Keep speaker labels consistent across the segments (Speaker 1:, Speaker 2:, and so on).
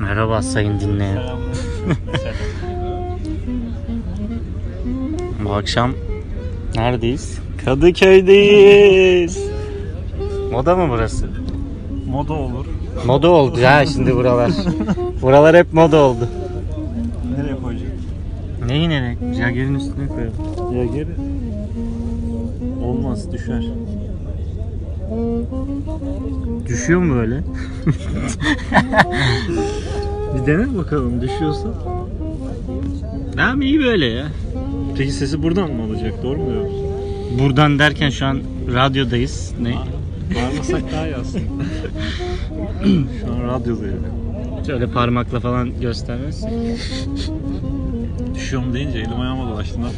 Speaker 1: Merhaba sayın dinleyen. Bu akşam neredeyiz? Kadıköy'deyiz. Moda mı burası?
Speaker 2: Moda olur.
Speaker 1: Moda oldu ya şimdi buralar. buralar hep moda oldu.
Speaker 2: Nereye koyacağız?
Speaker 1: Neyi nereye? Jager'in üstüne koyalım.
Speaker 2: Ya geri. Olmaz düşer.
Speaker 1: Düşüyor mu böyle?
Speaker 2: Bir dene bakalım düşüyorsa.
Speaker 1: Tamam iyi böyle ya.
Speaker 2: Peki sesi buradan mı alacak doğru mu diyorsun?
Speaker 1: Buradan derken şu an radyodayız. Ne?
Speaker 2: Bağırmasak daha iyi aslında. Şu an radyodayım.
Speaker 1: Şöyle parmakla falan göstermez.
Speaker 2: Düşüyorum deyince elim ayağıma dolaştı. lan.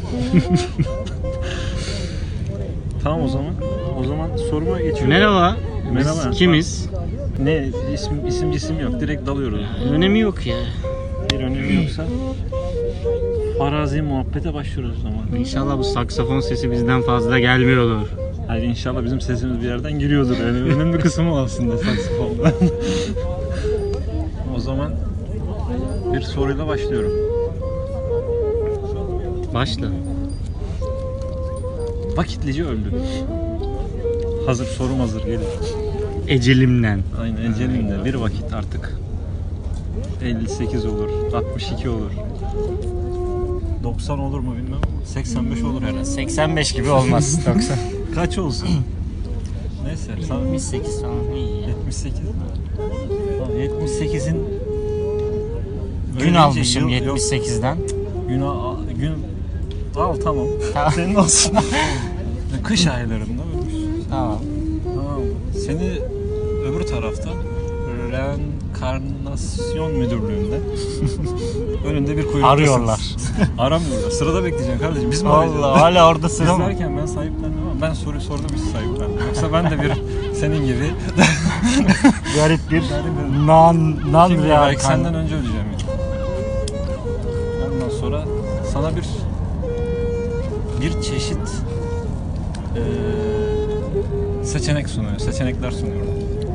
Speaker 2: tamam o zaman. O zaman soruma geçiyorum.
Speaker 1: Merhaba. Biz
Speaker 2: Merhaba.
Speaker 1: kimiz?
Speaker 2: Ne isim isim cisim yok. Direkt dalıyoruz.
Speaker 1: Önemi yok ya.
Speaker 2: Bir önemi yoksa farazi muhabbete başlıyoruz o zaman.
Speaker 1: İnşallah bu saksafon sesi bizden fazla gelmiyordur.
Speaker 2: Hayır inşallah bizim sesimiz bir yerden giriyordur. Yani önemli kısmı o aslında saksafonda. o zaman bir soruyla başlıyorum.
Speaker 1: Başla.
Speaker 2: Vakitlice öldü. Hazır sorum hazır gelin.
Speaker 1: Ecelimden.
Speaker 2: Aynen Ecelin'de bir vakit artık 58 olur, 62 olur. 90 olur mu bilmem ama 85 olur herhalde.
Speaker 1: 85 gibi olmaz. 90.
Speaker 2: Kaç olsun? Neyse. Sen
Speaker 1: 78 falan iyi ya.
Speaker 2: 78 mi? Tamam, 78'in
Speaker 1: Gün
Speaker 2: Öylece
Speaker 1: almışım
Speaker 2: yıl- şey yok,
Speaker 1: 78'den.
Speaker 2: Gün al, gün al tamam.
Speaker 1: Tamam.
Speaker 2: Senin olsun. Kış aylarında ölmüş.
Speaker 1: Tamam.
Speaker 2: Tamam. Seni öbür tarafta reenkarnasyon müdürlüğünde önünde bir kuyruktasınız.
Speaker 1: Arıyorlar.
Speaker 2: Aramıyorlar. Sırada bekleyeceksin kardeşim. Biz mi
Speaker 1: Allah
Speaker 2: arayacağız?
Speaker 1: hala orada
Speaker 2: Siz
Speaker 1: sıra mı?
Speaker 2: derken ben sahiplendim ama ben soruyu sordum hiç sahiplendim. Yoksa ben de bir senin gibi
Speaker 1: Garip bir non non
Speaker 2: Kim bilir,
Speaker 1: real
Speaker 2: belki
Speaker 1: kan-
Speaker 2: senden önce öleceğim yani. Ondan sonra sana bir bir çeşit eee, seçenek sunuyor. Seçenekler sunuyor.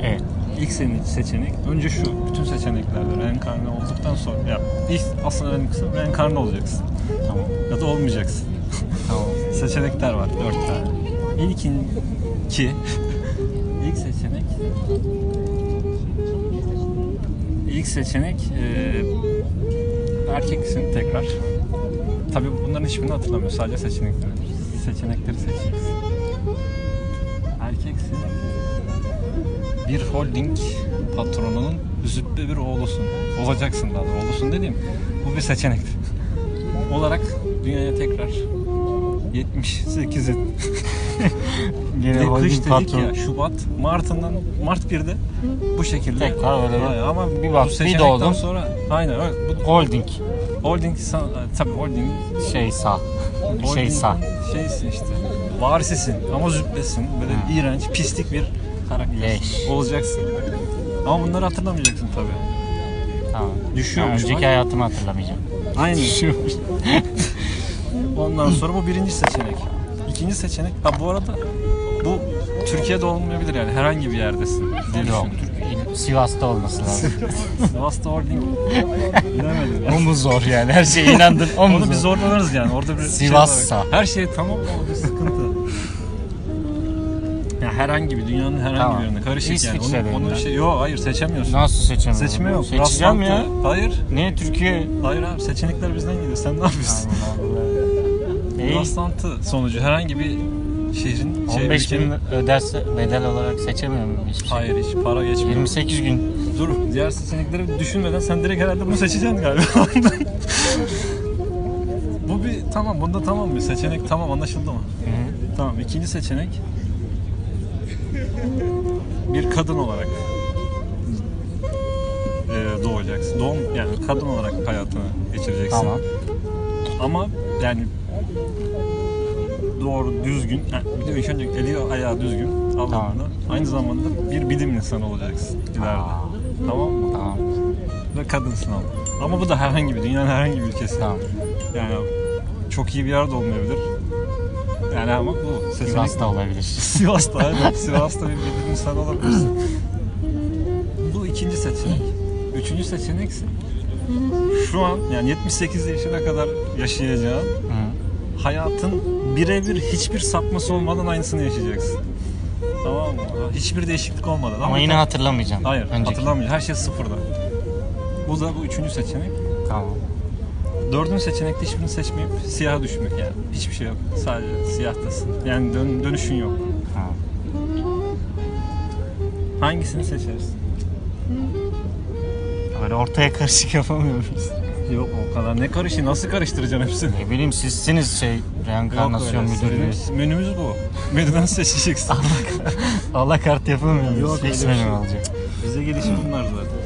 Speaker 1: Evet.
Speaker 2: İlk senin seçenek önce şu. Bütün seçeneklerde reenkarne olduktan sonra ya ilk aslında önemli kısım reenkarne olacaksın
Speaker 1: Tamam.
Speaker 2: ya da olmayacaksın.
Speaker 1: Tamam.
Speaker 2: Seçenekler var dört tane. İlkin ki ilk seçenek ilk seçenek eee, erkeksin tekrar. Tabii bunların hiçbirini hatırlamıyor. Sadece seçenekleri. Seçenekleri seçeceksin. Erkeksin. Bir holding patronunun züppe bir oğlusun. Olacaksın daha doğrusu. Oğlusun dediğim bu bir seçenektir. Olarak dünyaya tekrar 78'in
Speaker 1: Gene
Speaker 2: bir de kış
Speaker 1: holding
Speaker 2: dedik
Speaker 1: patron.
Speaker 2: ya Şubat, Mart'ından Mart 1'de bu şekilde.
Speaker 1: Tekrar öyle bir-
Speaker 2: Aynen, ama
Speaker 1: bir
Speaker 2: bu
Speaker 1: bak, bir
Speaker 2: seçenekten
Speaker 1: doğdum.
Speaker 2: sonra aynen öyle. Bu
Speaker 1: Holding
Speaker 2: holding san- tabii holding.
Speaker 1: şey sağ. Şey sağ.
Speaker 2: Şeysin işte. Varisisin ama züppesin. Böyle
Speaker 1: Ha.
Speaker 2: iğrenç, pislik bir karakter.
Speaker 1: Leş.
Speaker 2: Olacaksın. Ama bunları hatırlamayacaksın tabii.
Speaker 1: Tamam.
Speaker 2: Düşüyor
Speaker 1: Ha,
Speaker 2: musun?
Speaker 1: Önceki hayatımı hatırlamayacağım.
Speaker 2: Aynen.
Speaker 1: Düşüyormuş.
Speaker 2: Ondan sonra bu birinci seçenek. İkinci seçenek. Ha bu arada bu Türkiye'de olmayabilir yani herhangi bir yerdesin. diye
Speaker 1: Yok.
Speaker 2: düşün.
Speaker 1: Sivas'ta olması lazım.
Speaker 2: Sivas'ta holding. Bilemedim.
Speaker 1: o mu zor yani? Her şeye inandın. O mu
Speaker 2: Onu
Speaker 1: zor?
Speaker 2: bir zorlanırız yani. Orada bir şey
Speaker 1: Sivas'sa.
Speaker 2: olarak- her şey tamam mı? Orada sıkıntı. Ya herhangi bir dünyanın herhangi
Speaker 1: Tamam.
Speaker 2: bir yerine karışık yani.
Speaker 1: İsviçre'den
Speaker 2: Onun, onun
Speaker 1: ben.
Speaker 2: şey yok hayır seçemiyorsun.
Speaker 1: Nasıl seçemiyorum?
Speaker 2: Seçme yok.
Speaker 1: Seçeceğim
Speaker 2: rastlantı.
Speaker 1: ya.
Speaker 2: Hayır.
Speaker 1: Ne Türkiye?
Speaker 2: Hayır abi seçenekler bizden geliyor. Sen ne yapıyorsun?
Speaker 1: Değil.
Speaker 2: Rastlantı sonucu herhangi bir şehrin şey,
Speaker 1: 15 bin
Speaker 2: ülkenin-
Speaker 1: öderse bedel olarak seçemiyor muyum hiçbir şey?
Speaker 2: Hayır hiç para geçmiyor.
Speaker 1: 28 gün.
Speaker 2: Dur diğer seçenekleri düşünmeden sen direkt herhalde bunu seçeceksin galiba. Bu bir tamam bunda tamam bir seçenek tamam anlaşıldı mı? Tamam ikinci seçenek bir kadın olarak eee, doğacaksın. Doğum yani kadın olarak hayatını geçireceksin.
Speaker 1: Tamam.
Speaker 2: Ama yani doğru düzgün yani bir de ilk önce eli ayağı düzgün anlamında. Aynı zamanda bir bilim insanı olacaksın ileride.
Speaker 1: Aa.
Speaker 2: Tamam mı?
Speaker 1: Tamam.
Speaker 2: Ve kadınsın ama. Ama bu da herhangi bir dünyanın herhangi bir ülkesi.
Speaker 1: Tamam.
Speaker 2: Yani çok iyi bir yerde olmayabilir. Yani ama bu seçenek
Speaker 1: Sivas'ta olabilir.
Speaker 2: Sivas'ta aynen. Sivas'ta bir bilim insanı olabilirsin. Bu ikinci seçenek. Üçüncü seçenek ise şu an yani 78 yaşına kadar yaşayacağın hayatın birebir hiçbir sapması olmadan aynısını yaşayacaksın. Tamam mı? Hiçbir değişiklik olmadan.
Speaker 1: Ama yine hatırlamayacağım.
Speaker 2: Hayır
Speaker 1: Önceki.
Speaker 2: hatırlamayacaksın. Her şey sıfırda. Bu da bu üçüncü seçenek.
Speaker 1: Tamam.
Speaker 2: Dördüncü seçenekte hiçbirini seçmeyip siyaha düşmek yani. Hiçbir şey yok. Sadece siyahtasın. Yani dön- dönüşün yok.
Speaker 1: Ha.
Speaker 2: Hangisini seçersin?
Speaker 1: Böyle ortaya karışık yapamıyoruz.
Speaker 2: Yok o kadar. Ne karışı? Nasıl karıştıracaksın hepsini?
Speaker 1: Ne bileyim sizsiniz şey reenkarnasyon
Speaker 2: Yok öyle. şey.
Speaker 1: müdürü.
Speaker 2: Menümüz- Menümüz bu. Menüden seçeceksin.
Speaker 1: Allah kart yapamıyoruz.
Speaker 2: Yok,
Speaker 1: Yok,
Speaker 2: öyle bir
Speaker 1: Fix
Speaker 2: şey
Speaker 1: menü
Speaker 2: yok.
Speaker 1: alacak.
Speaker 2: Bize gelişi bunlar zaten.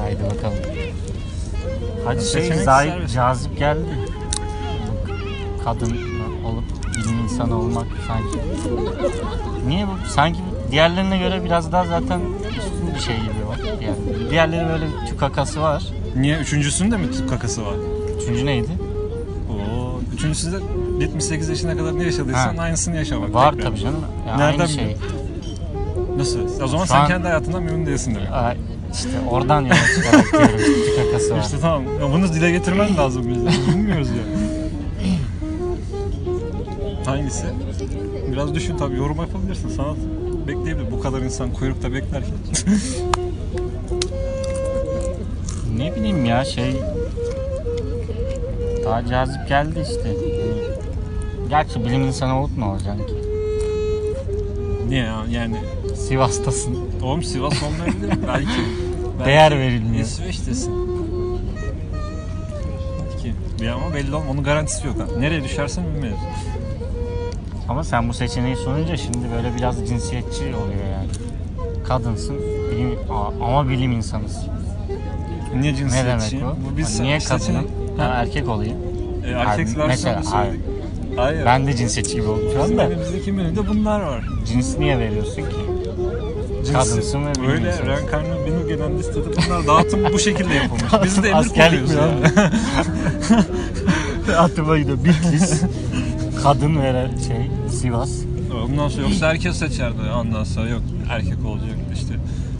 Speaker 1: Haydi bakalım. Hadi şey
Speaker 2: Seçenek
Speaker 1: zay
Speaker 2: serbest.
Speaker 1: cazip geldi. Kadın olup bilim insanı olmak sanki. Niye bu? Sanki diğerlerine göre biraz daha zaten üstün bir şey gibi var. Yani diğerleri böyle tükakası var.
Speaker 2: Niye? Üçüncüsünde mi tüp kakası var?
Speaker 1: Üçüncü neydi?
Speaker 2: Oo. Üçüncüsü de 78 yaşına kadar ne yaşadıysan
Speaker 1: Ha.
Speaker 2: aynısını yaşamak.
Speaker 1: Var
Speaker 2: tekrar.
Speaker 1: tabii canım. Ya
Speaker 2: Nereden
Speaker 1: aynı şey.
Speaker 2: Nasıl? O zaman
Speaker 1: Şu
Speaker 2: sen
Speaker 1: an-
Speaker 2: kendi hayatından memnun değilsin demek.
Speaker 1: Aa, işte oradan yola çıkarak diyorum işte tükakası var.
Speaker 2: İşte tamam. Ya bunu dile getirmen lazım biz. Bilmiyoruz ya. Hangisi? Biraz düşün tabii yorum yapabilirsin. Sanat bekleyebilir. Bu kadar insan kuyrukta beklerken.
Speaker 1: Ne bileyim ya şey daha cazip geldi işte. Gerçi bilim insanı olup ne olacaksın ki?
Speaker 2: Niye ya? Yani
Speaker 1: Sivas'tasın.
Speaker 2: oğlum Sivas olmayabilir. belki, belki
Speaker 1: Değer verilmiyor.
Speaker 2: İsveç'tesin. Belki. Ya ama belli olma. Onun garantisi yok. ha. Nereye düşersen bilmiyoruz.
Speaker 1: Ama sen bu seçeneği sununca şimdi böyle biraz cinsiyetçi oluyor yani. Kadınsın bilim, Aa, ama bilim insanısın.
Speaker 2: Niye
Speaker 1: Ne
Speaker 2: cinsiyetçi?
Speaker 1: demek bu? Hani
Speaker 2: Bu biz
Speaker 1: Niye
Speaker 2: işte
Speaker 1: kadınım?
Speaker 2: senin- e,
Speaker 1: Ben
Speaker 2: Ha,
Speaker 1: erkek olayım.
Speaker 2: e, erkek
Speaker 1: Hayır,
Speaker 2: versiyonu
Speaker 1: mesela, hayır.
Speaker 2: söyledik. Hayır.
Speaker 1: Ben de cinsiyetçi gibi olacağım
Speaker 2: Bizim
Speaker 1: da.
Speaker 2: elimizdeki menüde bunlar var.
Speaker 1: Cins niye veriyorsun ki?
Speaker 2: Cinsi.
Speaker 1: Kadınsın ve
Speaker 2: Böyle
Speaker 1: bilmiyorsun.
Speaker 2: reenkarnı benim gelen listede bunlar dağıtım bu şekilde yapılmış. Biz de emir
Speaker 1: Askerlik
Speaker 2: koyuyoruz
Speaker 1: mi
Speaker 2: ya.
Speaker 1: Aklıma gidiyor. Bitlis. Kadın veren şey Sivas.
Speaker 2: Ondan sonra yoksa herkes seçerdi. Ondan sonra yok erkek olacak işte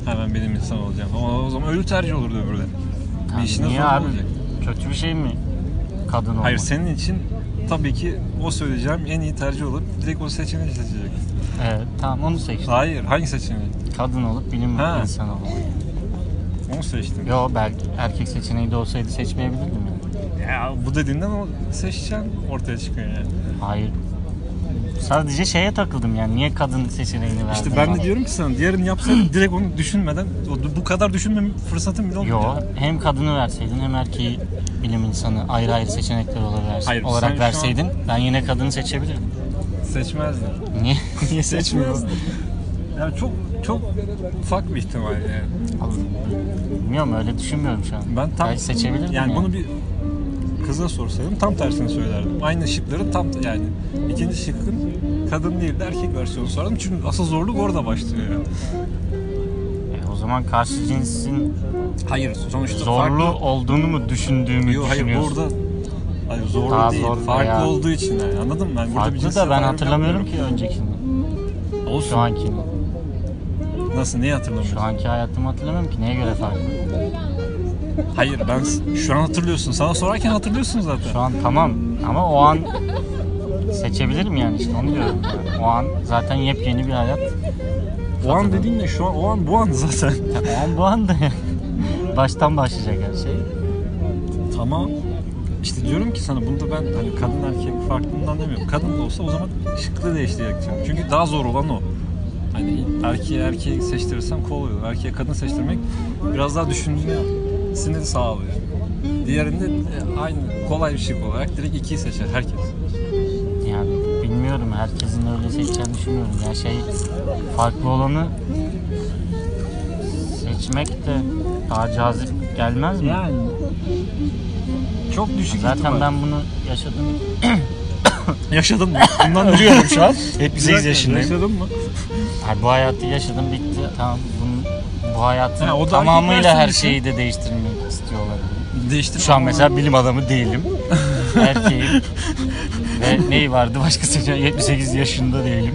Speaker 2: hemen benim insan olacağım. Ama o zaman ölü tercih olurdu öbürde. Bir işine
Speaker 1: niye
Speaker 2: zorunda
Speaker 1: abi?
Speaker 2: olacak.
Speaker 1: Kötü bir şey mi? Kadın olmak.
Speaker 2: Hayır senin için tabii ki o söyleyeceğim en iyi tercih olur. Direkt o seçeneği seçecek.
Speaker 1: Evet, tamam onu seçtim.
Speaker 2: Hayır hangi seçeneği?
Speaker 1: Kadın olup bilim
Speaker 2: Ha.
Speaker 1: insanı olmak.
Speaker 2: Onu seçtim.
Speaker 1: Yo belki erkek seçeneği de olsaydı seçmeyebilirdim yani.
Speaker 2: Ya bu dediğinden o seçeceğin ortaya çıkıyor yani.
Speaker 1: Hayır. Sadece şeye takıldım yani. Niye kadın seçeneğini verdin?
Speaker 2: İşte ben
Speaker 1: bana?
Speaker 2: de diyorum ki sana diğerini yapsaydın direkt onu düşünmeden o- bu kadar düşünme fırsatın bile olmadı.
Speaker 1: Yo hem kadını verseydin hem erkeği bilim insanı ayrı ayrı seçenekler olarak, verse-
Speaker 2: Hayır, sen
Speaker 1: olarak
Speaker 2: şu an-
Speaker 1: verseydin ben yine kadını seçebilirdim.
Speaker 2: Seçmezdin.
Speaker 1: Niye? Niye seçmiyorsun?
Speaker 2: Yani çok çok ufak bir ihtimal yani.
Speaker 1: Bilmiyorum öyle düşünmüyorum şu an.
Speaker 2: Ben tam
Speaker 1: Belki seçebilirdim
Speaker 2: yani, bunu bir kıza sorsaydım tam tersini söylerdim. Aynı şıkların tam yani ikinci şıkkın kadın değil de erkek versiyonu sorardım. Çünkü asıl zorluk orada başlıyor yani.
Speaker 1: E, o zaman karşı cinsin
Speaker 2: Hayır sonuçta
Speaker 1: zorlu
Speaker 2: farklı.
Speaker 1: olduğunu mu düşündüğümü
Speaker 2: Yok hayır
Speaker 1: düşünüyorsun?
Speaker 2: burada hayır, zorlu
Speaker 1: Daha
Speaker 2: değil.
Speaker 1: zor
Speaker 2: farklı
Speaker 1: bayağı.
Speaker 2: olduğu için yani anladın mı? Yani burada bir
Speaker 1: Farklı
Speaker 2: cinsiyet
Speaker 1: da ben
Speaker 2: ayrımı
Speaker 1: hatırlamıyorum
Speaker 2: yapmıyorum.
Speaker 1: ki öncekini.
Speaker 2: Olsun.
Speaker 1: Şu ankini.
Speaker 2: Nasıl neyi hatırlamıyorsun?
Speaker 1: Şu anki hayatımı hatırlamıyorum ki. Neye göre farklı?
Speaker 2: Hayır ben s- şu an hatırlıyorsun. Sana sorarken hatırlıyorsun zaten.
Speaker 1: Şu an tamam ama o an seçebilirim yani işte onu diyorum. O an zaten yepyeni bir hayat.
Speaker 2: o an dediğin ne? Şu an o an bu an zaten.
Speaker 1: Ya, o an bu anda yani. Baştan başlayacak her şey.
Speaker 2: tamam. İşte diyorum ki sana bunda ben hani kadın erkek farklılığından demiyorum. Kadın da olsa o zaman şıklı değiştirecektim. Çünkü daha zor olan o. Hani erkeği erkeği seçtirirsem kolay olur. Erkeğe kadın seçtirmek biraz daha düşünmesini sağlıyor. Diğerinde e, aynı kolay bir şık olarak direkt ikiyi seçer herkes.
Speaker 1: Yani bilmiyorum herkesin öyle seçeceğini düşünmüyorum. Ya şey farklı olanı seçmek de daha cazip gelmez mi?
Speaker 2: Yani çok düşük
Speaker 1: Zaten
Speaker 2: ihtimal.
Speaker 1: ben bunu yaşadım.
Speaker 2: Yaşadım mı? Bundan biliyorum şu an.
Speaker 1: Hep
Speaker 2: Yaşadın mı?
Speaker 1: bu hayatı yaşadım bitti. Tamam bunun bu hayatın
Speaker 2: Ha, o da
Speaker 1: tamamıyla
Speaker 2: erkek
Speaker 1: her
Speaker 2: versiyonu
Speaker 1: şeyi de değiştirmek istiyor olabilir.
Speaker 2: Değiştir.
Speaker 1: Şu an mesela bilim adamı değilim. Erkeğim. Ve neyi vardı başka seçeneği 78 yaşında değilim.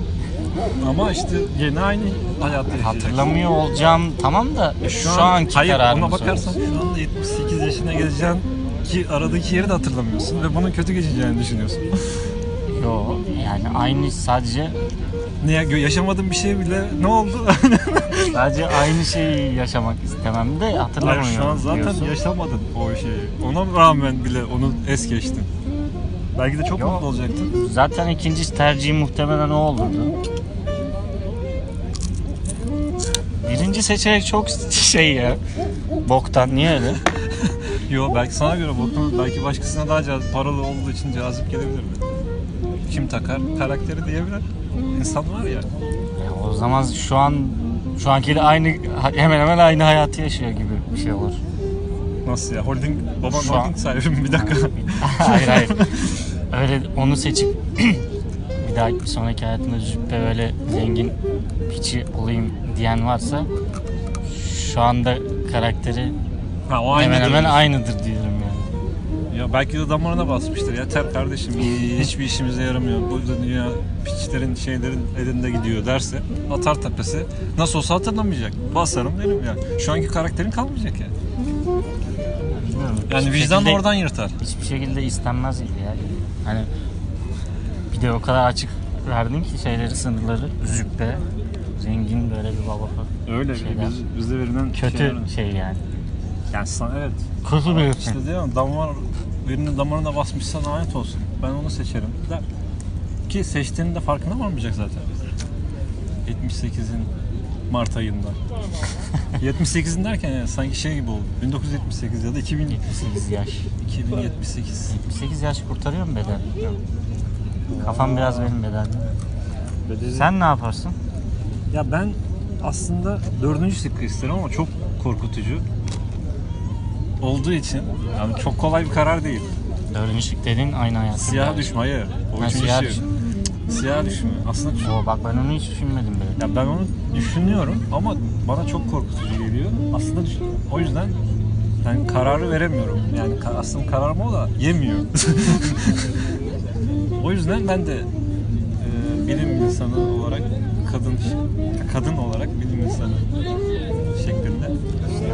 Speaker 2: Ama işte yine aynı hayatı yaşayacaksın.
Speaker 1: Hatırlamıyor olacağım tamam da
Speaker 2: E
Speaker 1: şu, anki
Speaker 2: hayır,
Speaker 1: kararım
Speaker 2: ona bakarsan şu anda 78 yaşına geleceksin ki aradaki yeri de hatırlamıyorsun ve bunun kötü geçeceğini düşünüyorsun.
Speaker 1: Yok yani aynı sadece
Speaker 2: Niye gö- yaşamadığın bir şey bile ne oldu?
Speaker 1: sadece aynı şeyi yaşamak istemem de
Speaker 2: Hayır,
Speaker 1: hatırlamıyorum
Speaker 2: şu an zaten
Speaker 1: diyorsun.
Speaker 2: yaşamadın o şeyi. Ona rağmen bile onu es geçtin. Belki de çok
Speaker 1: Yok.
Speaker 2: mutlu olacaktın.
Speaker 1: Zaten ikinci tercihim muhtemelen o olurdu. Birinci seçenek çok şey ya. Boktan niye öyle?
Speaker 2: Yo belki sana göre bakın belki başkasına daha cazip, paralı olduğu için cazip gelebilir mi? Kim takar? Karakteri diyebilir. İnsan var ya.
Speaker 1: Ya o zaman şu an şu ankiyle aynı hemen hemen aynı hayatı yaşıyor gibi bir şey olur.
Speaker 2: Nasıl ya? Holding, baban
Speaker 1: Şu an-
Speaker 2: holding sahibi mi? Bir dakika.
Speaker 1: hayır hayır. Öyle onu seçip bir daha bir sonraki hayatımda züppe böyle zengin piçi olayım diyen varsa şu anda karakteri
Speaker 2: ha, o
Speaker 1: hemen
Speaker 2: aynıdır.
Speaker 1: hemen aynıdır diyorum yani.
Speaker 2: Ya belki de damarına basmıştır. Yeter kardeşim hiçbir işimize yaramıyor. Bu dünya piçlerin şeylerin elinde gidiyor derse atar tepesi. Nasıl olsa hatırlamayacak. Basarım derim ya. Şu anki karakterin kalmayacak yani.
Speaker 1: Bilmiyorum.
Speaker 2: Yani
Speaker 1: Hiçbir
Speaker 2: vicdan
Speaker 1: şekilde-
Speaker 2: oradan yırtar.
Speaker 1: Hiçbir şekilde istenmez gibi ya. Hani bir de o kadar açık verdin ki şeyleri sınırları züppe zengin böyle bir baba falan.
Speaker 2: Öyle
Speaker 1: Şeyler.
Speaker 2: bizde verilen
Speaker 1: Kötü
Speaker 2: şeyler-
Speaker 1: şey yani.
Speaker 2: Yani sana evet.
Speaker 1: Kötü bir
Speaker 2: İşte diyorum damar birinin damarına basmışsa lanet olsun. Ben onu seçerim der. Ki seçtiğinin de farkına varmayacak zaten. 78'in Mart ayında. 78'in derken yani sanki şey gibi oldu. 1978 ya da 2000,
Speaker 1: 78 yaş.
Speaker 2: 2078.
Speaker 1: 78 yaş kurtarıyor mu beden? Yok. Kafam biraz benim bedende. Sen ne yaparsın?
Speaker 2: Ya ben aslında dördüncü sıkkı isterim ama çok korkutucu olduğu için yani çok kolay bir karar değil.
Speaker 1: Dördüncü şık dediğin aynı hayatı.
Speaker 2: Siyah düşme hayır. O
Speaker 1: Ha,
Speaker 2: üçüncü
Speaker 1: siyah
Speaker 2: şey.
Speaker 1: düşme.
Speaker 2: Siyah düşme. Aslında çok
Speaker 1: Oo, bak ben onu hiç düşünmedim bile.
Speaker 2: Ya ben onu düşünüyorum ama bana çok korkutucu geliyor. Aslında düş- o yüzden ben kararı veremiyorum. Yani ka- aslında kararım o da yemiyor. o yüzden ben de e, bilim insanı olarak kadın kadın olarak bilim insanı şeklinde.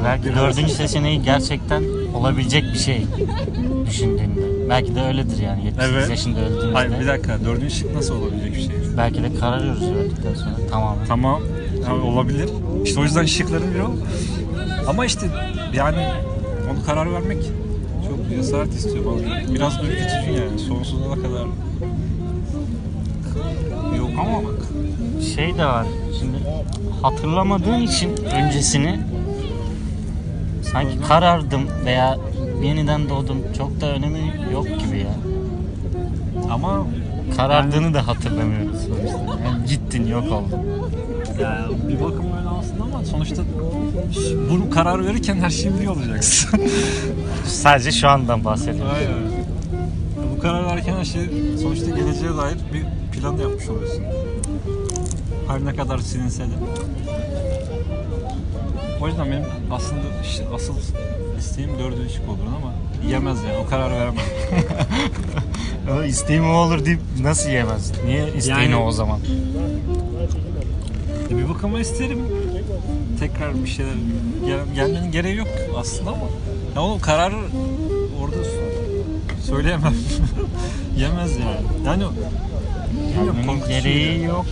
Speaker 1: Belki
Speaker 2: Biraz-
Speaker 1: dördüncü seçeneği gerçekten olabilecek bir şey düşündüğünde. Belki de öyledir yani 78
Speaker 2: Evet.
Speaker 1: yaşında öldüğünde.
Speaker 2: Hayır bir dakika dördüncü şık nasıl olabilecek bir şey?
Speaker 1: Belki de kararıyoruz öldükten sonra tamamen.
Speaker 2: Tamam. Yani olabilir. İşte o yüzden şıkların biri o. Ama işte yani onu karar vermek çok cesaret istiyor bana. Biraz ürkütücü yani. Sonsuza kadar yok ama bak.
Speaker 1: Şey de var şimdi hatırlamadığın için öncesini sanki karardım veya yeniden doğdum çok da önemi yok gibi ya.
Speaker 2: Ama
Speaker 1: Karardığını da hatırlamıyoruz sonuçta. Yani gittin yok oldun.
Speaker 2: yani bir bakım öyle aslında ama sonuçta bunu karar verirken her şey şeyi biliyor olacaksın.
Speaker 1: Sadece şu andan bahsediyorum.
Speaker 2: Aynen. Bu karar verirken her şey sonuçta geleceğe dair bir plan yapmış oluyorsun. Her ne kadar silinse de. O yüzden benim aslında ş- asıl isteğim dördüncü şık olur ama yiyemez yani o karar veremem.
Speaker 1: Ama isteğim o olur deyip nasıl yiyemez? Niye isteğin
Speaker 2: Yani-
Speaker 1: o o zaman?
Speaker 2: E, bir bakıma isterim tekrar bir şeyler gel- gelmenin gereği yok aslında ama ya onun kararı orada so- söyleyemem. Yemez yani. Yani bilmiyorum,
Speaker 1: Bunun
Speaker 2: korkutucu
Speaker 1: gereği
Speaker 2: yani.
Speaker 1: yok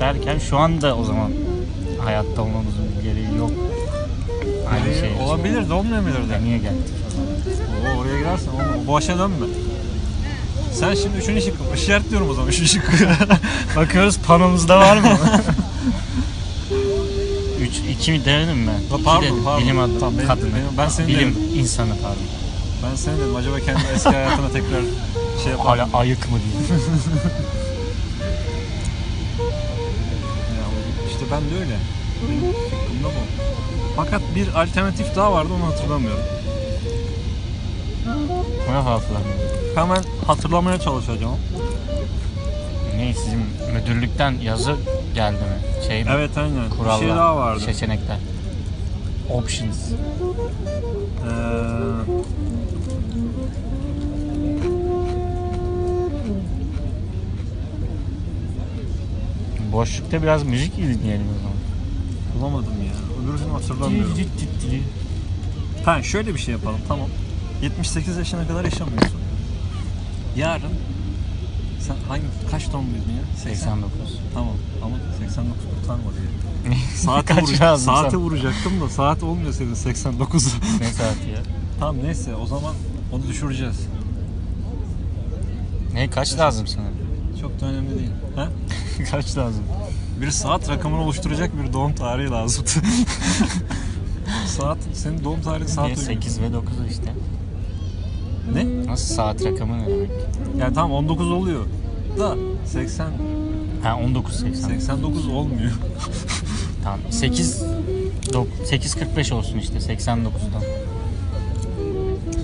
Speaker 1: derken şu anda o zaman hayatta olmamızın bir gereği yok. Aynı şey.
Speaker 2: Olabilir de olmayabilir de.
Speaker 1: Niye geldik?
Speaker 2: Oo, oraya girersen olma. Boşa dönme. Sen şimdi üçüncü şıkkı işaretliyorum o zaman üçüncü şıkkı.
Speaker 1: Bakıyoruz panomuzda var mı? 3 2 mi demedim mi?
Speaker 2: Ha,
Speaker 1: İki
Speaker 2: pardon,
Speaker 1: dedim.
Speaker 2: pardon.
Speaker 1: Bilim adamı,
Speaker 2: Tamam, benim-
Speaker 1: kadını.
Speaker 2: benim- ben seni
Speaker 1: Bilim insanı pardon.
Speaker 2: ben seni dedim acaba kendi eski hayatına tekrar şey yapar.
Speaker 1: Hala ayık mı diye.
Speaker 2: Ya, işte ben de öyle. Benim fikrim de bu. Fakat bir alternatif daha vardı onu hatırlamıyorum.
Speaker 1: Bu ne hafıza?
Speaker 2: Hemen hatırlamaya çalışacağım.
Speaker 1: Ne sizin müdürlükten yazı geldi mi? Şey mi?
Speaker 2: Evet aynen.
Speaker 1: Kurallar.
Speaker 2: Bir şey daha vardı.
Speaker 1: Seçenekler. Options.
Speaker 2: Ee,
Speaker 1: Boşlukta biraz müzik dinleyelim o zaman.
Speaker 2: Bulamadım ya. Öbürünü hatırlamıyorum. Ha şöyle bir şey yapalım tamam. 78 yaşına kadar yaşamıyorsun. Yarın sen hangi kaç doğumluydun ya?
Speaker 1: 89.
Speaker 2: Tamam ama 89 kurtarma diye.
Speaker 1: Kaç
Speaker 2: Saate, vura-
Speaker 1: lazım
Speaker 2: saate
Speaker 1: sen?
Speaker 2: vuracaktım da saat olmuyor senin 89.
Speaker 1: Ne saati ya?
Speaker 2: tamam neyse o zaman onu düşüreceğiz.
Speaker 1: Ne kaç lazım sana?
Speaker 2: Çok da önemli değil. Ha?
Speaker 1: kaç lazım?
Speaker 2: Bir saat rakamını oluşturacak bir doğum tarihi lazım. saat, senin doğum tarihin saat
Speaker 1: Niye
Speaker 2: uyumu.
Speaker 1: 8 ve 9 işte.
Speaker 2: Ne?
Speaker 1: Nasıl saat rakamı ne demek?
Speaker 2: Yani tamam 19 oluyor. Da 80,
Speaker 1: Ha 19 80.
Speaker 2: 89 olmuyor.
Speaker 1: Tamam. 8 dok- 8.45 olsun işte 89'dan.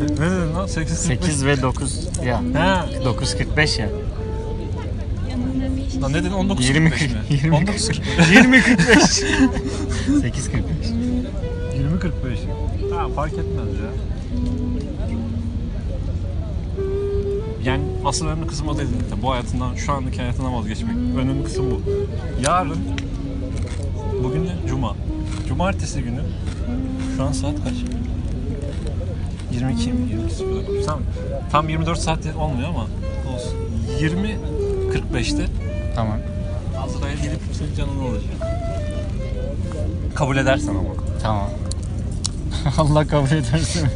Speaker 2: ne dedin lan? 8,
Speaker 1: 8 ve 9 ya.
Speaker 2: Ha.
Speaker 1: 9.45 ya.
Speaker 2: Lan ne dedin? 19
Speaker 1: 20
Speaker 2: 45 mi?
Speaker 1: 20
Speaker 2: 19
Speaker 1: 20 45. 8.45.
Speaker 2: 20 45. Ha fark etmez ya. Yani asıl önemli kısım o değil zaten. Bu hayatından, şu andaki hayatından vazgeçmek. Önemli kısım bu. Yarın, bugün ne? Cuma. Cumartesi günü, şu an saat kaç? 22 mi? 22 mi? Tam, tam 24 saat olmuyor ama olsun. 20 45'te
Speaker 1: Tamam.
Speaker 2: Azrail gidip senin canını alacak. Kabul edersen ama.
Speaker 1: Tamam. Allah kabul edersin.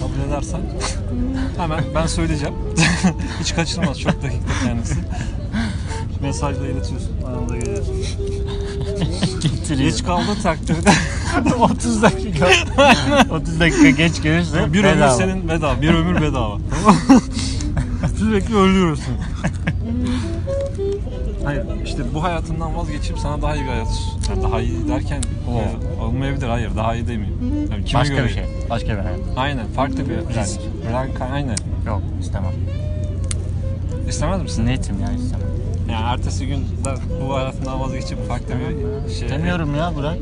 Speaker 2: kabul edersen hemen ben söyleyeceğim. Hiç kaçırmaz çok dakikte kendisi. Mesajla iletiyorsun. Anında gelir.
Speaker 1: Getiriyor.
Speaker 2: Geç kaldığı takdirde
Speaker 1: 30 dakika. 30 dakika geç gelirse
Speaker 2: bir ömür
Speaker 1: bedava.
Speaker 2: senin bedava. Bir ömür bedava. Tamam mı? Sürekli ölüyorsun. Hayır işte bu hayatından vazgeçip sana daha iyi bir hayat yani daha iyi derken
Speaker 1: Oo.
Speaker 2: e, olmayabilir hayır daha iyi demeyeyim. Yani kime
Speaker 1: Başka
Speaker 2: göre?
Speaker 1: bir şey. Başka bir hayat.
Speaker 2: Aynen farklı bir
Speaker 1: Risk.
Speaker 2: risk. Rank aynen.
Speaker 1: Yok istemem.
Speaker 2: İstemez misin?
Speaker 1: Netim ya istemem.
Speaker 2: Yani ertesi gün de bu hayatından vazgeçip farklı bir şey.
Speaker 1: Demiyorum ya Burak.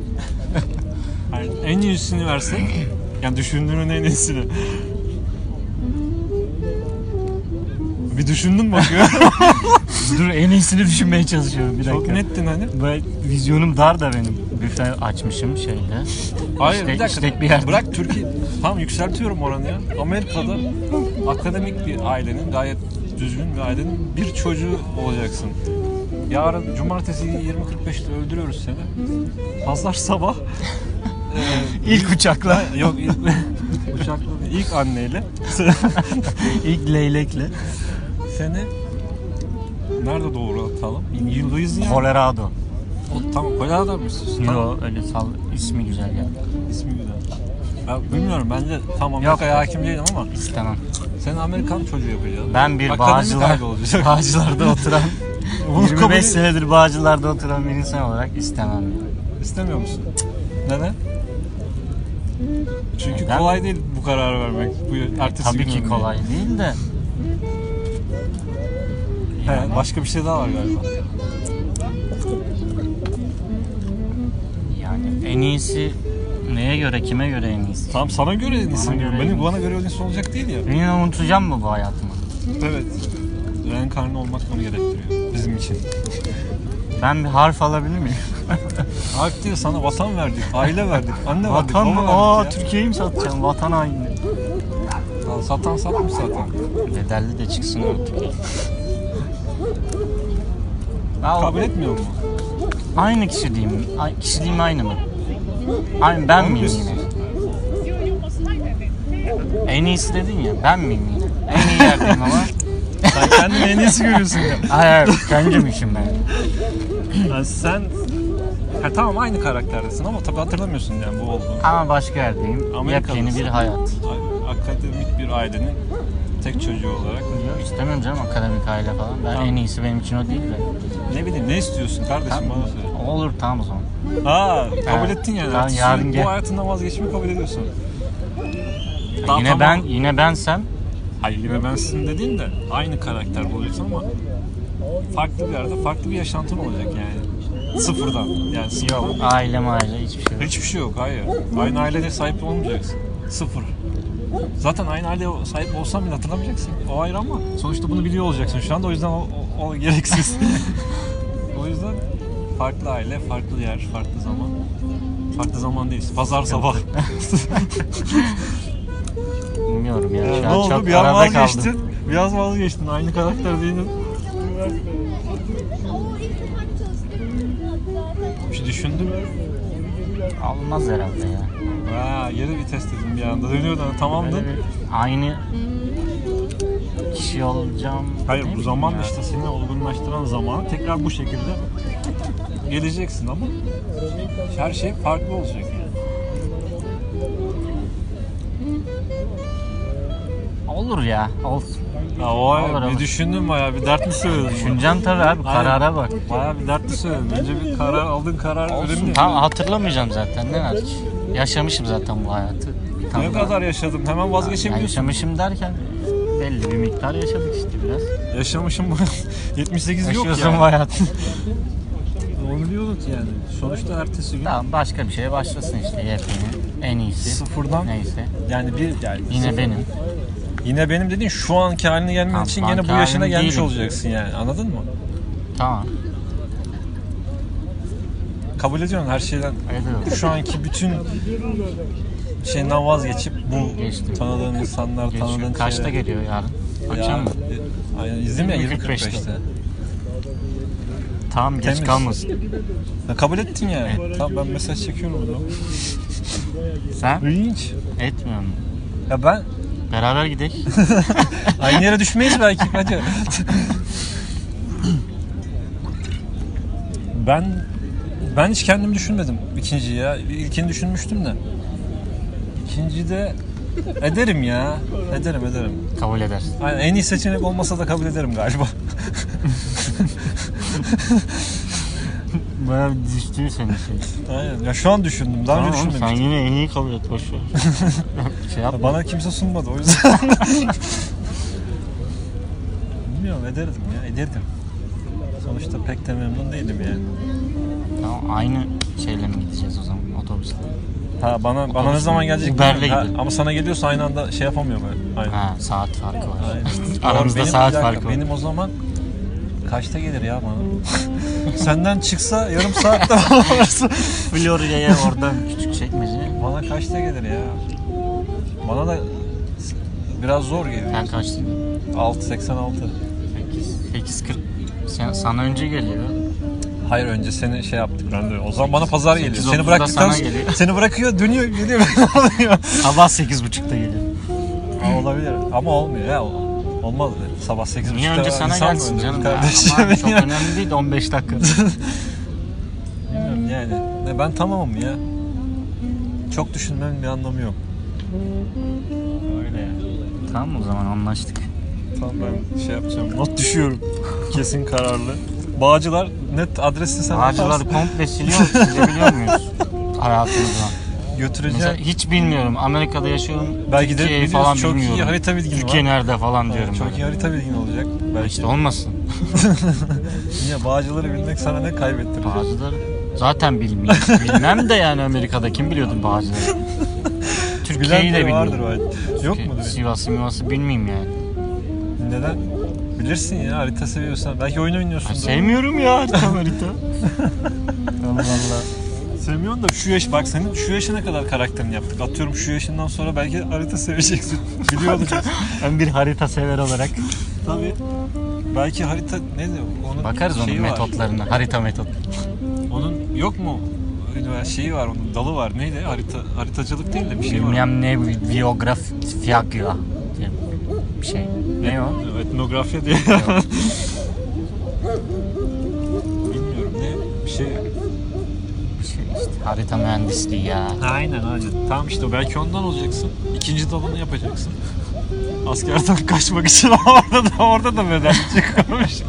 Speaker 2: Yani en iyisini versek, yani düşündüğünün en iyisini. Bir düşündüm bakıyor.
Speaker 1: Dur en iyisini düşünmeye çalışıyorum bir dakika.
Speaker 2: Çok nettin hani.
Speaker 1: Böyle vizyonum dar da benim. Büfe açmışım şeyle.
Speaker 2: Hayır
Speaker 1: İşte-
Speaker 2: bir dakika.
Speaker 1: işlek bir yer.
Speaker 2: Bırak Türkiye. Tamam yükseltiyorum oranı ya. Amerika'da akademik bir ailenin gayet düzgün bir ailenin bir çocuğu olacaksın. Yarın cumartesi 20.45'te öldürüyoruz seni. Pazar sabah eee,
Speaker 1: İlk uçakla,
Speaker 2: yok ilk uçakla değil, ilk anneyle
Speaker 1: ilk leylekle.
Speaker 2: seni nerede doğrulatalım? Louisiana.
Speaker 1: Colorado.
Speaker 2: O, Tamam Colorado mı istiyorsun? Tamam.
Speaker 1: Yo öyle sal ismi güzel ya.
Speaker 2: İsmi güzel. Ben bilmiyorum bence tam
Speaker 1: Yok.
Speaker 2: Amerika'ya hakim değilim ama
Speaker 1: İstemem.
Speaker 2: Sen Amerikan çocuğu yapacağız.
Speaker 1: Ben bir
Speaker 2: Akademik
Speaker 1: bağcılar,
Speaker 2: aile olacak.
Speaker 1: bağcılarda oturan,
Speaker 2: Bunu kabul
Speaker 1: 25
Speaker 2: et-
Speaker 1: senedir bağcılarda oturan bir insan olarak istemem.
Speaker 2: İstemiyor musun? Neden? Çünkü
Speaker 1: Neden?
Speaker 2: kolay değil bu kararı vermek. Bu ertesi
Speaker 1: Tabii
Speaker 2: günün
Speaker 1: ki
Speaker 2: diye.
Speaker 1: kolay değil de.
Speaker 2: He, başka bir şey daha var galiba.
Speaker 1: Yani en iyisi neye göre, kime göre en iyisi?
Speaker 2: Tamam sana göre en iyisi
Speaker 1: Bana
Speaker 2: diyorum.
Speaker 1: göre en
Speaker 2: Benim bana göre en iyisi olacak değil ya.
Speaker 1: Yine unutacağım mı bu hayatımı?
Speaker 2: Evet. Reenkarnı olmak bunu gerektiriyor bizim için.
Speaker 1: Ben bir harf alabilir miyim?
Speaker 2: Harf değil sana vatan verdik, aile verdik, anne verdik,
Speaker 1: Vatan mı?
Speaker 2: baba
Speaker 1: Aa
Speaker 2: verdik
Speaker 1: Türkiye'yi mi satacağım? Vatan haini.
Speaker 2: ya. Lan Satan satmış zaten.
Speaker 1: Bedelli de çıksın artık. Ya
Speaker 2: Kabul
Speaker 1: o-
Speaker 2: etmiyor mu?
Speaker 1: Aynı kişiliğim. Ay- Kişiliğim aynı mı? Aynı ben
Speaker 2: Onu
Speaker 1: miyim
Speaker 2: diyorsun.
Speaker 1: yine? En iyisi dedin ya. Ben miyim yine? En iyi yerdeyim ama.
Speaker 2: Sen kendini en iyisi görüyorsun ya.
Speaker 1: Hayır hayır. Kendimmişim ben.
Speaker 2: Yani sen ha, tamam aynı karakterdesin ama tabii hatırlamıyorsun yani bu olduğunu.
Speaker 1: Ama başka yerdeyim.
Speaker 2: Amerikalısın.
Speaker 1: Yepyeni bir hayat.
Speaker 2: A- Akademik bir ailenin tek çocuğu olarak
Speaker 1: Yok istemiyorum canım akademik aile falan. Ben
Speaker 2: Tamam.
Speaker 1: en iyisi benim için o değil de.
Speaker 2: ne bileyim ne istiyorsun kardeşim bana söyle.
Speaker 1: Olur tamam o zaman.
Speaker 2: Ha kabul
Speaker 1: Ha,
Speaker 2: ettin yani.
Speaker 1: tamam,
Speaker 2: Artık
Speaker 1: yarın
Speaker 2: bu
Speaker 1: gel.
Speaker 2: hayatından vazgeçmeyi kabul ediyorsun.
Speaker 1: Ya
Speaker 2: Tamam,
Speaker 1: yine
Speaker 2: tamam.
Speaker 1: ben yine bensem
Speaker 2: Hayır yine ben sizin dediğin de aynı karakter olacaksın ama farklı bir yerde farklı bir yaşantın olacak yani. Sıfırdan yani sıfırdan.
Speaker 1: yok ailem aile maile hiçbir şey yok.
Speaker 2: Hiçbir şey yok hayır. Aynı ailede sahip olmayacaksın. Sıfır. Zaten aynı aileye sahip olsam bile hatırlamayacaksın. O ayrı ama sonuçta bunu biliyor olacaksın şu anda. O yüzden o, o- o gereksiz. o yüzden farklı aile, farklı yer, farklı zaman. Farklı zaman değiliz. Pazar sabah.
Speaker 1: Bilmiyorum ya. Şu
Speaker 2: Ee, ne
Speaker 1: an
Speaker 2: oldu?
Speaker 1: çok
Speaker 2: Bir an
Speaker 1: arada kaldım.
Speaker 2: vazgeçtin. Biraz vazgeçtin. Aynı karakter değildin. Bir şey düşündüm.
Speaker 1: Almaz herhalde ya.
Speaker 2: Ha, yeri bir test ettim bir anda. Dönüyordu. Tamamdı.
Speaker 1: Böyle bir aynı kişi olacağım.
Speaker 2: Hayır
Speaker 1: Ne
Speaker 2: bu
Speaker 1: bileyim
Speaker 2: zaman
Speaker 1: ya.
Speaker 2: işte seni olgunlaştıran zamanı tekrar bu şekilde geleceksin ama her şey farklı olacak yani. şey.
Speaker 1: Olur ya. Olsun.
Speaker 2: Ya o ay-
Speaker 1: Olur,
Speaker 2: bir
Speaker 1: olur.
Speaker 2: düşündün bayağı bir dertli söyledin.
Speaker 1: Düşüncem tabii abi.
Speaker 2: Aynen.
Speaker 1: Karara bak.
Speaker 2: Bayağı bir dertli söyledin. Önce bir karar aldın karar önemli.
Speaker 1: Olsun. Tam hatırlamayacağım zaten. Ne var ki? Yaşamışım zaten bu hayatı. Tam
Speaker 2: ne
Speaker 1: da-
Speaker 2: kadar yaşadım hemen
Speaker 1: Yani
Speaker 2: vazgeçebiliyorsun.
Speaker 1: yaşamışım derken belli bir miktar yaşadık işte biraz.
Speaker 2: Yaşamışım bu 78 yok
Speaker 1: Yaşıyorsun
Speaker 2: yani.
Speaker 1: bu hayatı.
Speaker 2: Onu diyorduk yani. Sonuçta ertesi gün
Speaker 1: tamam başka bir şeye başlasın işte yepyeni. En iyisi.
Speaker 2: Sıfırdan.
Speaker 1: Neyse.
Speaker 2: yani bir yani
Speaker 1: Yine benim.
Speaker 2: yine benim dediğin şu anki haline gelmen
Speaker 1: Tamam,
Speaker 2: için
Speaker 1: şu
Speaker 2: yine bu
Speaker 1: anki
Speaker 2: yaşına
Speaker 1: halim
Speaker 2: gelmiş
Speaker 1: değilim.
Speaker 2: olacaksın yani. Anladın mı?
Speaker 1: Tamam.
Speaker 2: Kabul ediyorsun her şeyden.
Speaker 1: Ediyorum.
Speaker 2: şu anki bütün şeyinden vazgeçip bu
Speaker 1: Geçtim.
Speaker 2: tanıdığın insanlar, tanıdığın
Speaker 1: Geçiyor. Kaçta
Speaker 2: şeyler-
Speaker 1: geliyor yarın? Akşam
Speaker 2: Ya,
Speaker 1: mı?
Speaker 2: e, Aynen izledim ya
Speaker 1: 20.45'te.
Speaker 2: 20.45'te.
Speaker 1: Tamam geç
Speaker 2: Temiz.
Speaker 1: kalmasın.
Speaker 2: Ya kabul ettin yani. Tamam ben mesaj çekiyorum bunu.
Speaker 1: Sen
Speaker 2: İlginç.
Speaker 1: etmiyor musun?
Speaker 2: Ya ben
Speaker 1: Beraber gidelim.
Speaker 2: aynı yere düşmeyiz belki. Hadi. ben ben hiç kendim düşünmedim ikinciyi ya. İlkini düşünmüştüm de. İkinciyi de ederim ya. Ederim ederim.
Speaker 1: Kabul edersin.
Speaker 2: Aynen, en iyi seçenek olmasa da kabul ederim galiba.
Speaker 1: Bayağı bir düştü senin şey.
Speaker 2: Aynen. Ya şu an düşündüm. Daha önce
Speaker 1: oğlum, sen
Speaker 2: düşünmemiştim.
Speaker 1: yine en iyi kabul et boş ver. şey yap.
Speaker 2: Bana kimse sunmadı o yüzden. Bilmiyorum ederdim ya ederdim. Sonuçta pek de memnun değilim yani.
Speaker 1: Tamam aynı şeyle mi gideceğiz o zaman otobüsle?
Speaker 2: Ha bana bana ne zaman gelecek
Speaker 1: Uber'le
Speaker 2: bilmiyorum. Ha,
Speaker 1: gidelim.
Speaker 2: ama sana geliyorsa aynı anda şey yapamıyorum böyle. Aynen.
Speaker 1: Ha saat farkı var.
Speaker 2: Aynen.
Speaker 1: Aramızda
Speaker 2: Benim-
Speaker 1: saat
Speaker 2: bir dakika,
Speaker 1: farkı var.
Speaker 2: Benim o zaman kaçta gelir ya bana? Senden çıksa yarım saatte bana varsa.
Speaker 1: Florya'ya oradan küçük çekmece.
Speaker 2: Bana kaçta gelir ya? Bana da biraz zor geliyor.
Speaker 1: Sen kaçtın?
Speaker 2: 6 86.
Speaker 1: 8. 8.40. Sen, sana önce geliyor.
Speaker 2: Hayır önce seni şey yaptık randevu. O zaman bana pazar geliyor.
Speaker 1: 8.30'da
Speaker 2: Seni bıraktıktan
Speaker 1: sana geliyor.
Speaker 2: seni bırakıyor, dönüyor, geliyor. alıyor.
Speaker 1: Sabah 8.30'da geliyor.
Speaker 2: Ama olabilir. Ama olmuyor ya. Olmaz be. Sabah 8.30'da.
Speaker 1: Niye önce sana
Speaker 2: insan mı
Speaker 1: gelsin
Speaker 2: öldürür
Speaker 1: canım? ya?
Speaker 2: kardeşim?
Speaker 1: Ama çok önemli değil de 15 dakika.
Speaker 2: Bilmiyorum yani. Ne, ben tamamım ya. Çok düşünmenin bir anlamı yok. Öyle yani.
Speaker 1: tamam o zaman anlaştık.
Speaker 2: Tamam ben şey yapacağım. Not düşüyorum. Kesin kararlı. Bağcılar net adresi sen
Speaker 1: Ağacıları
Speaker 2: atarsın.
Speaker 1: komple siliyor, silebiliyor muyuz? Hayatımızdan. Mesela
Speaker 2: götüreceğim.
Speaker 1: hiç bilmiyorum. Amerika'da yaşıyorum.
Speaker 2: Belki de
Speaker 1: Türkiye'yi
Speaker 2: biliyorsun,
Speaker 1: falan
Speaker 2: çok
Speaker 1: bilmiyorum.
Speaker 2: iyi harita bilgin var.
Speaker 1: Türkiye nerede falan diyorum.
Speaker 2: Çok iyi
Speaker 1: böyle.
Speaker 2: harita bilgin olacak. Belki.
Speaker 1: İşte olmasın.
Speaker 2: Niye bağcıları bilmek sana ne kaybettirecek?
Speaker 1: Bağcıları zaten bilmiyorum. Bilmem de yani Amerika'da kim biliyordu Bağcıları? Türkiye'yi
Speaker 2: Bilen
Speaker 1: de
Speaker 2: biri vardır
Speaker 1: bilmiyorum.
Speaker 2: belki. Yok
Speaker 1: Türkiye-
Speaker 2: mudur?
Speaker 1: Sivas'ı Mivas'ı bilmeyeyim yani.
Speaker 2: Neden? Bilirsin ya harita seviyorsan. Belki oyun oynuyorsun.
Speaker 1: Ben sevmiyorum ya harita harita. Allah Allah.
Speaker 2: Sevmiyorsun da şu yaş bak senin şu yaşına kadar karakterini yaptık. Atıyorum şu yaşından sonra belki harita seveceksin. Biliyor olacaksın.
Speaker 1: Ben bir harita sever olarak.
Speaker 2: Tabii. Belki harita ne diyor? Onun
Speaker 1: Bakarız onun
Speaker 2: şeyi Şey var.
Speaker 1: metotlarına. Harita metotları.
Speaker 2: Onun yok mu? Üniversite şeyi var onun dalı var. Neydi? Harita haritacılık değil de bir şey var.
Speaker 1: Bilmem ne biyograf fiyakya. Bir şey. Ne o?
Speaker 2: Etnografya diye. Bilmiyorum ne bir şey
Speaker 1: Bir şey işte. Harita mühendisliği ya.
Speaker 2: Aynen aynen. Tamam işte o belki ondan olacaksın. İkinci dalını yapacaksın. Askerden kaçmak için orada da orada da bedel çıkmış.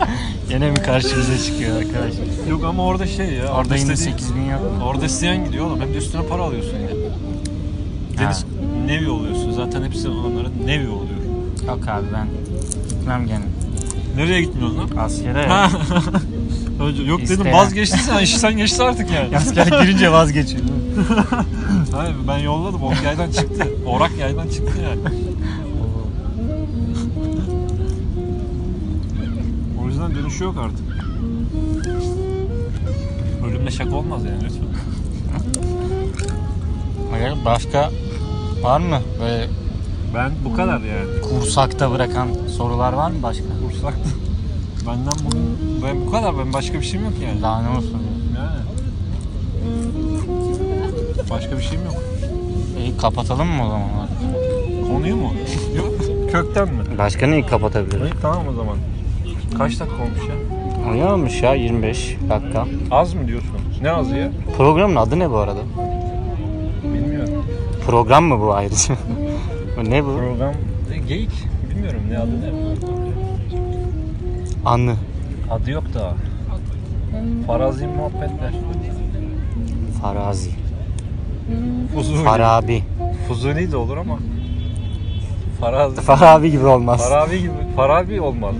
Speaker 1: Yine mi karşımıza çıkıyor arkadaşlar?
Speaker 2: Yok ama orada şey ya.
Speaker 1: Orada yine
Speaker 2: istediğin-
Speaker 1: 8 bin yok mu?
Speaker 2: Orada isteyen gidiyor oğlum. Hem de üstüne para alıyorsun ya. Deniz
Speaker 1: Ha.
Speaker 2: nevi oluyorsun. Zaten hepsi onların nevi oluyor.
Speaker 1: Yok abi ben gitmem gene.
Speaker 2: Nereye gitmiyorsun lan?
Speaker 1: Askere
Speaker 2: Ha. Önce yok dedim
Speaker 1: İsteyen.
Speaker 2: vazgeçtin sen. işten geçti artık yani.
Speaker 1: Asker girince vazgeçiyor.
Speaker 2: Hayır ben yolladım. O yaydan çıktı. Orak yaydan çıktı yani. O yüzden dönüşü yok artık. Ölümle şaka olmaz yani lütfen.
Speaker 3: Hayır, Başka var mı?
Speaker 1: e,
Speaker 3: Böyle
Speaker 2: Ben bu kadar yani.
Speaker 3: kursakta bırakan sorular var mı başka?
Speaker 2: Kursak benden bugün ben bu kadar ben başka bir şeyim yok yani.
Speaker 3: Daha ne olsun?
Speaker 2: Yani. Başka bir şeyim yok.
Speaker 3: İyi kapatalım mı o zaman? artık?
Speaker 2: Konuyu mu? yok. Kökten mi?
Speaker 1: Başka neyi kapatabiliriz?
Speaker 2: İyi tamam o zaman. Kaç dakika olmuş ya?
Speaker 1: O ne olmuş ya 25 dakika.
Speaker 2: Az mı diyorsun? Ne azı ya?
Speaker 1: Programın adı ne bu arada?
Speaker 2: Bilmiyorum.
Speaker 1: Program mı bu ayrıca? Bu ne bu?
Speaker 2: Program E, geyik. Bilmiyorum ne adı ne.
Speaker 1: Anlı.
Speaker 2: Adı yok daha. Farazi muhabbetler.
Speaker 1: Farazi.
Speaker 2: Fuzuli.
Speaker 1: Farabi.
Speaker 2: Fuzuli de olur ama. Farazi.
Speaker 1: Farabi gibi olmaz.
Speaker 2: Farabi gibi. Farabi olmaz.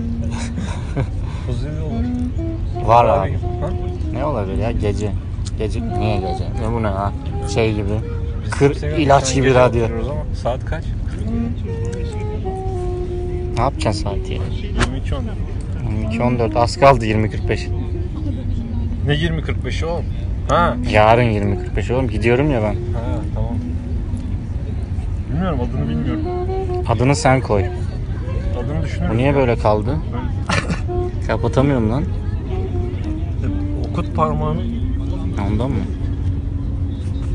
Speaker 2: Fuzuli olur.
Speaker 1: Var abi.
Speaker 2: gibi. Ha?
Speaker 1: Ne olabilir ya gece? Gece niye gece? Ne bu ne ha? Şey gibi.
Speaker 2: Biz
Speaker 1: Kır
Speaker 2: kimse yok.
Speaker 1: ilaç
Speaker 2: Sen
Speaker 1: gibi
Speaker 2: gece
Speaker 1: radyo.
Speaker 2: oturuyoruz ama Saat kaç?
Speaker 1: Ne yapacaksın saati ya?
Speaker 2: 22.10.
Speaker 1: 12 14 az kaldı 20 45.
Speaker 2: Ne 20.45 oğlum? Ha.
Speaker 1: Yarın 20 45 oğlum gidiyorum ya ben.
Speaker 2: Ha tamam. Bilmiyorum adını bilmiyorum.
Speaker 1: Adını sen koy.
Speaker 2: Adını düşünürüm.
Speaker 1: Bu niye böyle kaldı? Kapatamıyorum lan.
Speaker 2: Okut parmağını
Speaker 1: Ondan mı?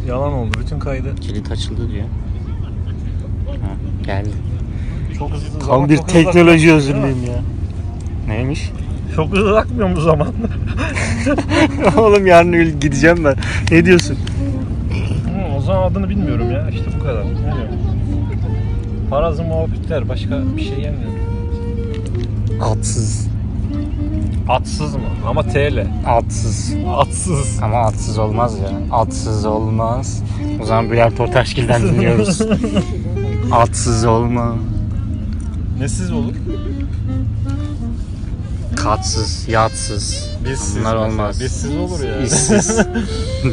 Speaker 2: yalan oldu. Bütün kaydı.
Speaker 1: Kilit açıldı diyor. Ha, geldi.
Speaker 2: Çok hızlı.
Speaker 1: Tam
Speaker 2: zaman
Speaker 1: bir
Speaker 2: çok hızlı
Speaker 1: teknoloji
Speaker 2: akıyor, değil mi?
Speaker 1: özürlüyüm ya. Neymiş?
Speaker 2: Çok hızlı akmıyor mu zaman?
Speaker 1: Oğlum yarın öyle gideceğim ben. Ne diyorsun?
Speaker 2: Hı, o zaman adını bilmiyorum ya. İşte bu kadar. Bilmiyorum. Parazı muhabbetler. Başka bir şey yemiyorum.
Speaker 1: Atsız.
Speaker 2: Atsız mı? Ama TL.
Speaker 1: Atsız.
Speaker 2: Atsız.
Speaker 1: Ama atsız olmaz ya. Atsız olmaz. O zaman Bülent Ortaçgil'den dinliyoruz. atsız olma.
Speaker 2: Nesiz olur?
Speaker 1: Katsız, yatsız.
Speaker 2: Bizsiz
Speaker 1: Bunlar
Speaker 2: mesela.
Speaker 1: olmaz.
Speaker 2: Bizsiz olur ya.
Speaker 1: İşsiz.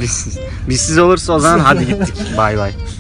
Speaker 1: Bizsiz. Bizsiz olursa o zaman hadi gittik. Bay bay.